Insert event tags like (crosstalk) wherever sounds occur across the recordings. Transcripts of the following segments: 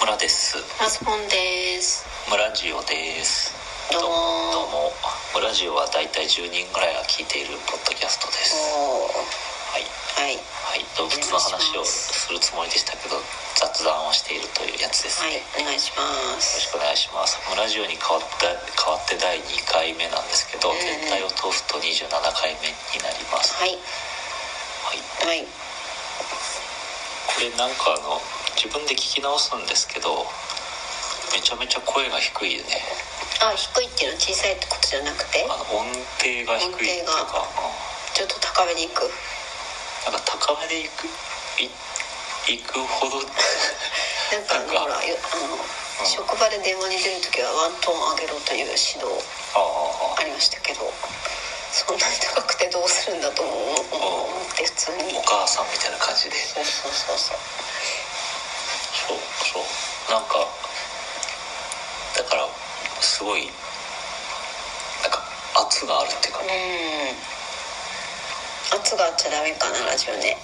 村ですマスボンです村ジオですどうもどうも村ジオはだいたい10人ぐらいが聞いているポッドキャストですおーははいい、はい、動物の話をするつもりでしたけど雑談をしているというやつです、はいよお願いしまろしすくお願いします村ジオに変わって変わって第2回目なんですけど、ん全体を通すと27回目になります、はいははい、いこれなんかあの自分で聞き直すんですけどめちゃめちゃ声が低いねあ低いっていうのは小さいってことじゃなくてあの音程が低いっていう音かちょっと高めにいくうんなんか高めでいくいいくほどなんかあのほらなんかよあの、ん職場で電話に出るときはワントーン上げろという指導あありましたけどそんなに高くてどうするんだと思う思って普通にーお母さんみたいな感じでそうそうそうそうそうそうなんかだからすごいなんか圧があるっていうか、ううん、ん圧があっちゃダメかなラジオね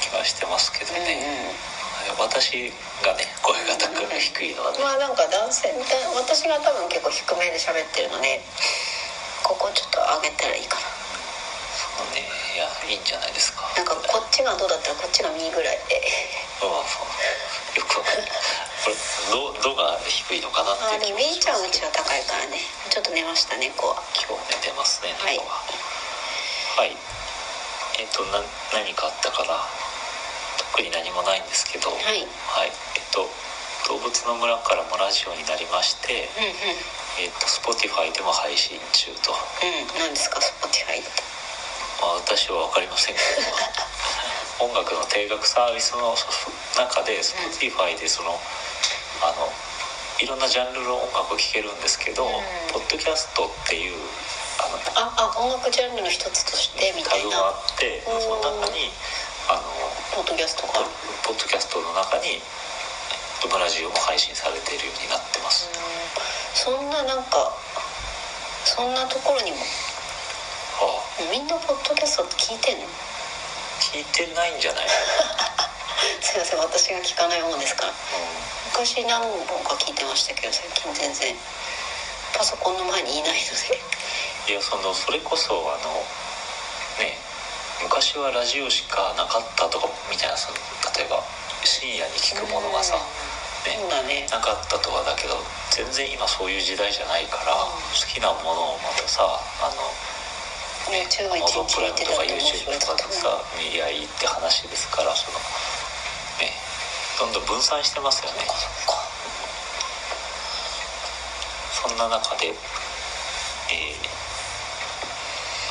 気はしてますけどうんね、うん私がね声が高く低いのはね、まあなんか男性みたい私が多分結構低めで喋ってるのでここちょっと上げたらいいかそうねいやいいんじゃないですかななんかこっちがどうだったらこっちが右ぐらいでうんそうよくわかんないこれどどが低いのかなあっーてでいもう B 気ちゃんうもちは高いからねちょっと寝ました猫は今日寝てますねはい猫ははい、えっ、とな何かあったから特に何もないんですけどははいうんうんい、えっ、と「動物の村」からもラジオになりまして、うえっと Spotify でも配信中と、ん何ですか Spotify ってまあ、私は分かりま (laughs) せんけど音楽の定額サービスの中で Spotify でそのあのいろんなジャンルの音楽を聴けるんですけど、うんポッドキャストっていうあのああ音楽ジャンルの一つとしてみタたいグながあってうんその中にあのポッドキャストポがうんポッドキャストの中に「ウマラジオ」も配信されているようになってます、そんななんかそんなところにもああみんなポッドキャストって聞いてんの聞いてないんじ (laughs) ゃない、すいません私が聞かないもんですからう昔何本か聞いてましたけど最近全然パソコンの前にいないのでん、いやそのそれこそあのね昔はラジオしかなかったとかみたいなその例えば深夜に聞くものがさ、ねそうだねなかったとはだけど全然今そういう時代じゃないから好きなものをまたさあの YouTube アマゾン一プ日ライ見ムてた面白いとから YouTube とかとでかさ見りゃいいって話ですからそのねどんどん分散してますよねそんな中で、えー、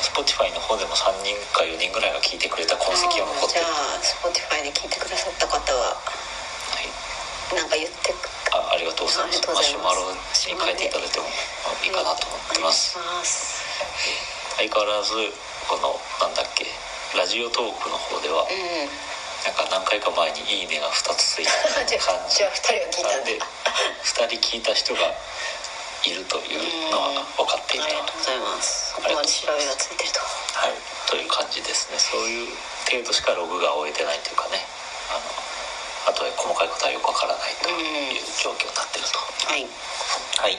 Spotify の方でも3人か4人ぐらいが聞いてくれた痕跡が残っじてゃる、は、あ Spotify で聞いてくださった方はいなんか言ってくあありがとうございますありがとうごマざいシュまマすロに書いていただいてもいいかなと思ってますお願いします相変わらずこのなんだっけラジオトークの方ではうん (laughs) なんか何回か前に「いいね」が2つついてるじゃ感あじ (laughs) じゃあ2人は聞いたなんんでで2人聞いた人がいるというのは分かっていたありがとうございますそこまで調べがついてるとはい、という感じですねそういう程度しかログが終えてないというかねあのあとは細かいことはよく分からないという状況になってると、はいはい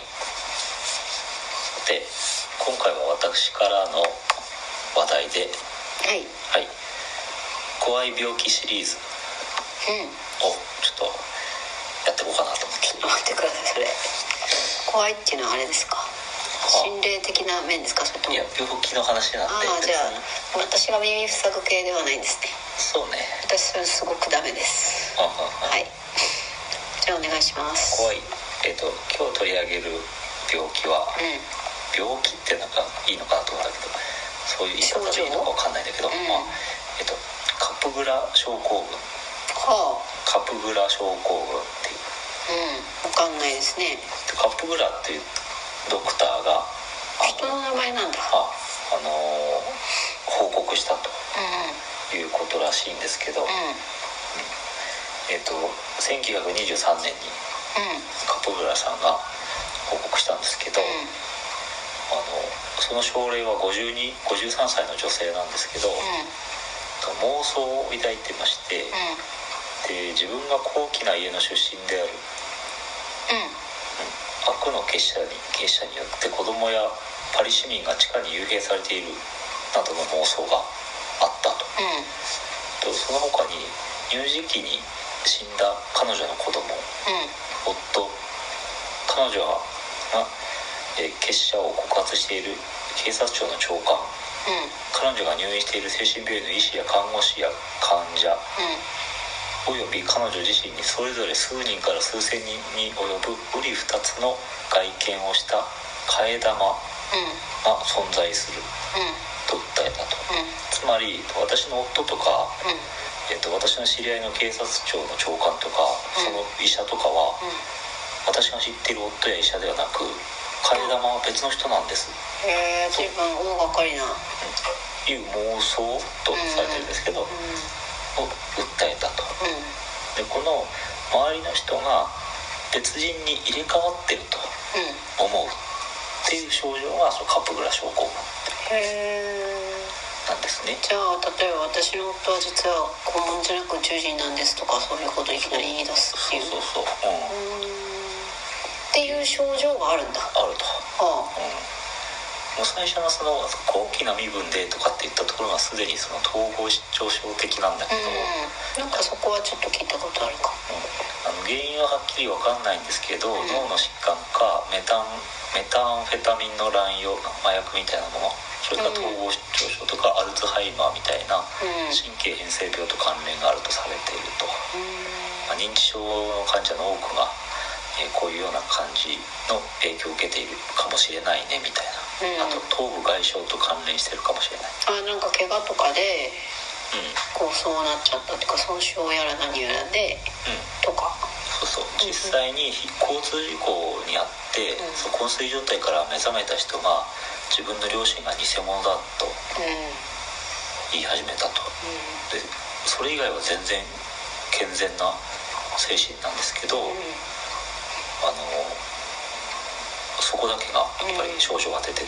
で今回は私からの話題で、はいはい、怖い病気シリーズうんをちょっとやっていこうかな (laughs) と思って待ってくださいそれ怖いっていうのはあれですか心霊的な面ですかそれともいや病気の話なんあであじゃあ別に私が耳塞ぐ系ではないんですねそうね私それすごくダメですうんうんうんはいじゃあお願いします怖いいえっ、と今日取り上げる病気は、う病気ってなんかいいのかなと思うんだけどそういう言い方でいいのかわかんないんだけど、うんまあえっ、とカプグラ症候群んはカプグラ症候群っていうあうんわかんないですねでカプグラっていうドクターが人の名前なんだああのー報告したとうんいうことらしいんですけど、うんえっ、と1923年にうんカプグラさんが報告したんですけど、うんあのその症例は52 53歳の女性なんですけど、うん妄想を抱いてまして、うんで自分が高貴な家の出身である悪の結社に結社によって子供やパリ市民が地下に幽閉されているなどの妄想があったとうとその他に乳児期に死んだ彼女の子供んうん夫彼女がえー結社を告発している警察庁の長官うん彼女が入院している精神病院の医師や看護師や患者うんおよび彼女自身にそれぞれ数人から数千人に及ぶ瓜二つの外見をした替え玉がうん存在するうんと訴えたとうんつまり私の夫とか、うんえっと、私の知り合いの警察庁の長官とかその医者とかはうん私が知っている夫や医者ではなく替え玉は別の人なんですへえ随分大掛かりなうんいう妄想とされてるんですけど、を訴えたとうんでこの周りの人が別人に入れ替わってるとうん思うっていう症状がそのカップグラ症候群へえなんですねじゃあ例えば私の夫は実は肛門じゃなく宇宙人なんですとかそういうこといきなり言い出すってそいううそうそう、うん、うーんっていう症状があるんだはあると、あうん、もう最初のその高貴な身分でとかって言ったところがすでにその統合失調症的なんだけうんなど、うんんかそこはちょっと聞いたことあるかもあの原因ははっきり分かんないんですけど、ん脳の疾患かメタンメタンフェタミンの乱用麻薬みたいなものそれから統合失調症とかアルツハイマーみたいなうんうん神経変性病と関連があるとされていると、まあ、認知症の患者の多くが、えーこういうような感じの影響を受けているかもしれないねみたいうんな、あと頭部外傷と関連してるかもしれない、あなんか怪我とかでうんうん、こうそうなっちゃったとか損傷やら何やらでとかそうそう実際にひ交通事故にあって、うんそう昏睡状態から目覚めた人が自分の両親が偽物だとうん言い始めたとでそれ以外は全然健全な精神なんですけど、うんうんあのそこだけがやっぱり症状が出てかて、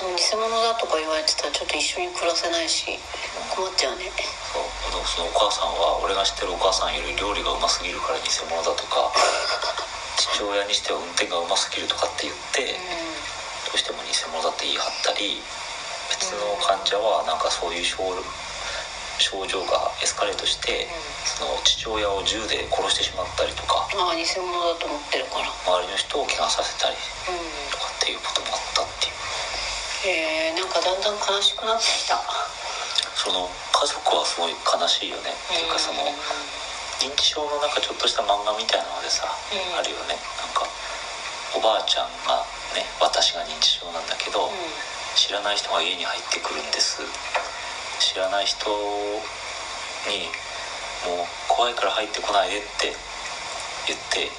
でも偽物だとか言われてたらちょっと一緒に暮らせないし困っちゃうねそうあのそのお母さんは俺が知ってるお母さんより料理がうますぎるから偽物だと (laughs) か父親にしては運転がうますぎるとかって言って。うどうしても偽物だって言い張ったり別の患者はなんかそういう症症状がエスカレートしてその父親を銃で殺してしまったりとかんああ偽物だと思ってるから周りの人を怪我させたりうんとかっていうこともあったっていうえー、なんかだんだん悲しくなってきたその家族はすごい悲しいよねっていうかその認知症のなんかちょっとした漫画みたいなのでさうんあるよねなんかおばあちゃんがね私が認知症なんだけど、う知らない人が家に入ってくるんです知らない人に「もう怖いから入ってこないで」って言ってんうん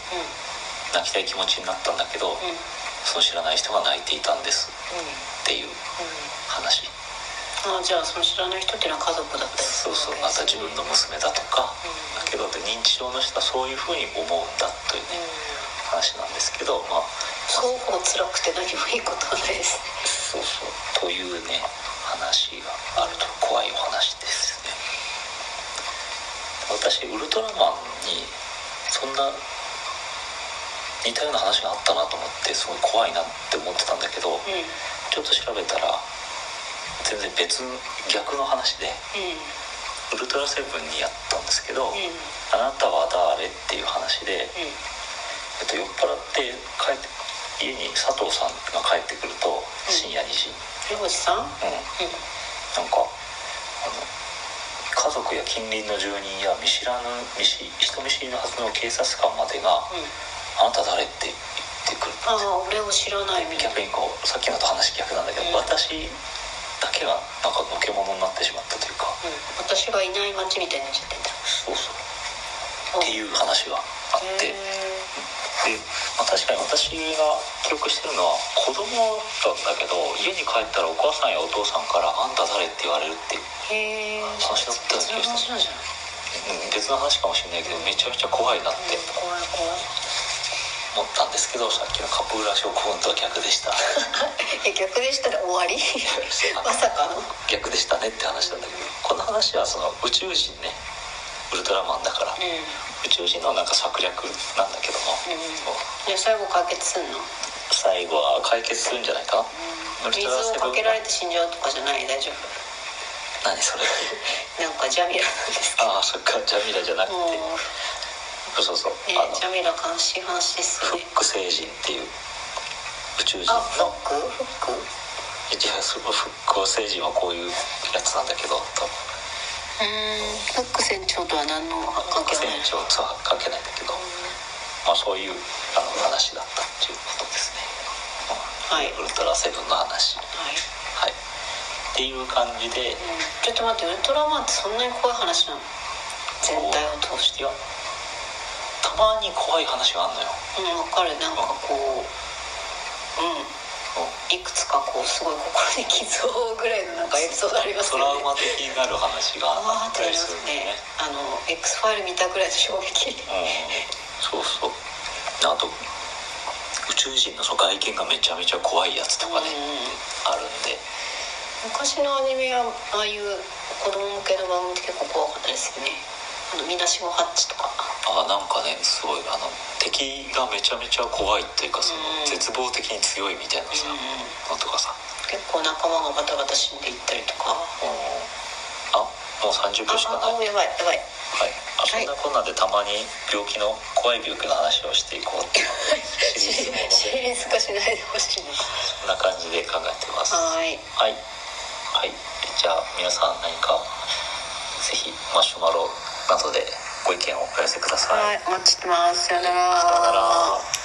泣きたい気持ちになったんだけど、うんうんその知らない人が泣いていたんですっていう話うんあじゃあその知らない人っていうのは家族だったりすそるうわそうけまですねた自分の娘だとかうんだけどで認知症の人はそういうふうに思うんだといううんね話なんですけどまあそうこう辛くて何もいいことはないですねそうそうというね話があると怖いお話ですね私ウルトラマンにそんな似たような話があったなと思ってすごい怖いなって思ってたんだけどうんちょっと調べたら全然別逆の話でうウルトラセブンにやったんですけどんう「んあなたは誰?」っていう話で、うんえっと、酔っ払って帰って家に佐藤さんが帰ってくると深夜2時、漁師さんうんうん、なんかあの家族や近隣の住人や見知らぬ見知人見知りのはずの警察官までがうん「あなた誰?」って言ってくるああ俺を知らないみたいな逆にこうさっきのと話逆なんだけど、うん私だけがなんかのけ者になってしまったというかうん私がいない街みたいになっちゃってんだそうそうっていう話があって、へえで、まあ、確かに私が記憶してるのは子供だったけど家に帰ったらお母さんやお父さんから「あんた誰?」って言われるっていへえう話だったんですそけれど面白いじゃないうん別の話かもしれないけどめちゃめちゃ怖いなっうてん怖い怖い思ったんですけどさっきのカプーラ症候群とは逆でした (laughs) え逆でしたら終わ (laughs) りまさかの逆でしたねって話なんだけどこの話はその宇宙人ねウルトラマンだから、うん宇宙人のなんか策略なんだけども、うんいや最後解決すんの、最後は解決するんじゃないかウルト水ラをセブかンけられて死んじゃうとかじゃない大丈夫何 (laughs) それなんかジャミラなんですけああそっかジャミラじゃなくどてもうそうそうそうねあのジャミラ監視監視ですよフねック星人っていう宇宙人あのフックフック一応そのフック星人はこういうやつなんだけど多分うんフック船長とは何の関係も船ない長とは関係ないんだけど、まあ、そういうあの話だったっていうことですね、はいうんウルトラセブンの話はい、はいっていう感じでうん、ちょっと待ってウルトラマンってそんなに怖い話なの全体を通していやたまに怖い話があんのよ、うん分かるなんかこううんうんいくつかこうすごい心に傷を負うぐらいのなんかエピソードありますトよねラウマ的になる話がああーっってたなりりますするんだよねねあの X ファイル見たぐらいの衝撃うんそうそうあと宇宙人のその外見がめちゃめちゃ怖いやつとかね、あるんで昔のアニメはああいう子供向けの番組って結構怖かったですよねあのみなしごハッチとかあなんかねすごいあの敵がめちゃめちゃ怖いっていうかそのうん絶望的に強いみたいなさ、うんのとかさ、結構仲間がバタバタ死んでいったりとかあうんあもう30秒しかないああやばいやばいはい、あそんなこんなでたまに病気の怖い病気の話をしていこうっていう (laughs) シリーズものシでリーズ化しないでほしいですそんな感じで考えてますははーいいはいじゃあ皆さん何かぜひマシュマロなどでご意見をお寄せください、はいお待ちしてますさよならさよなら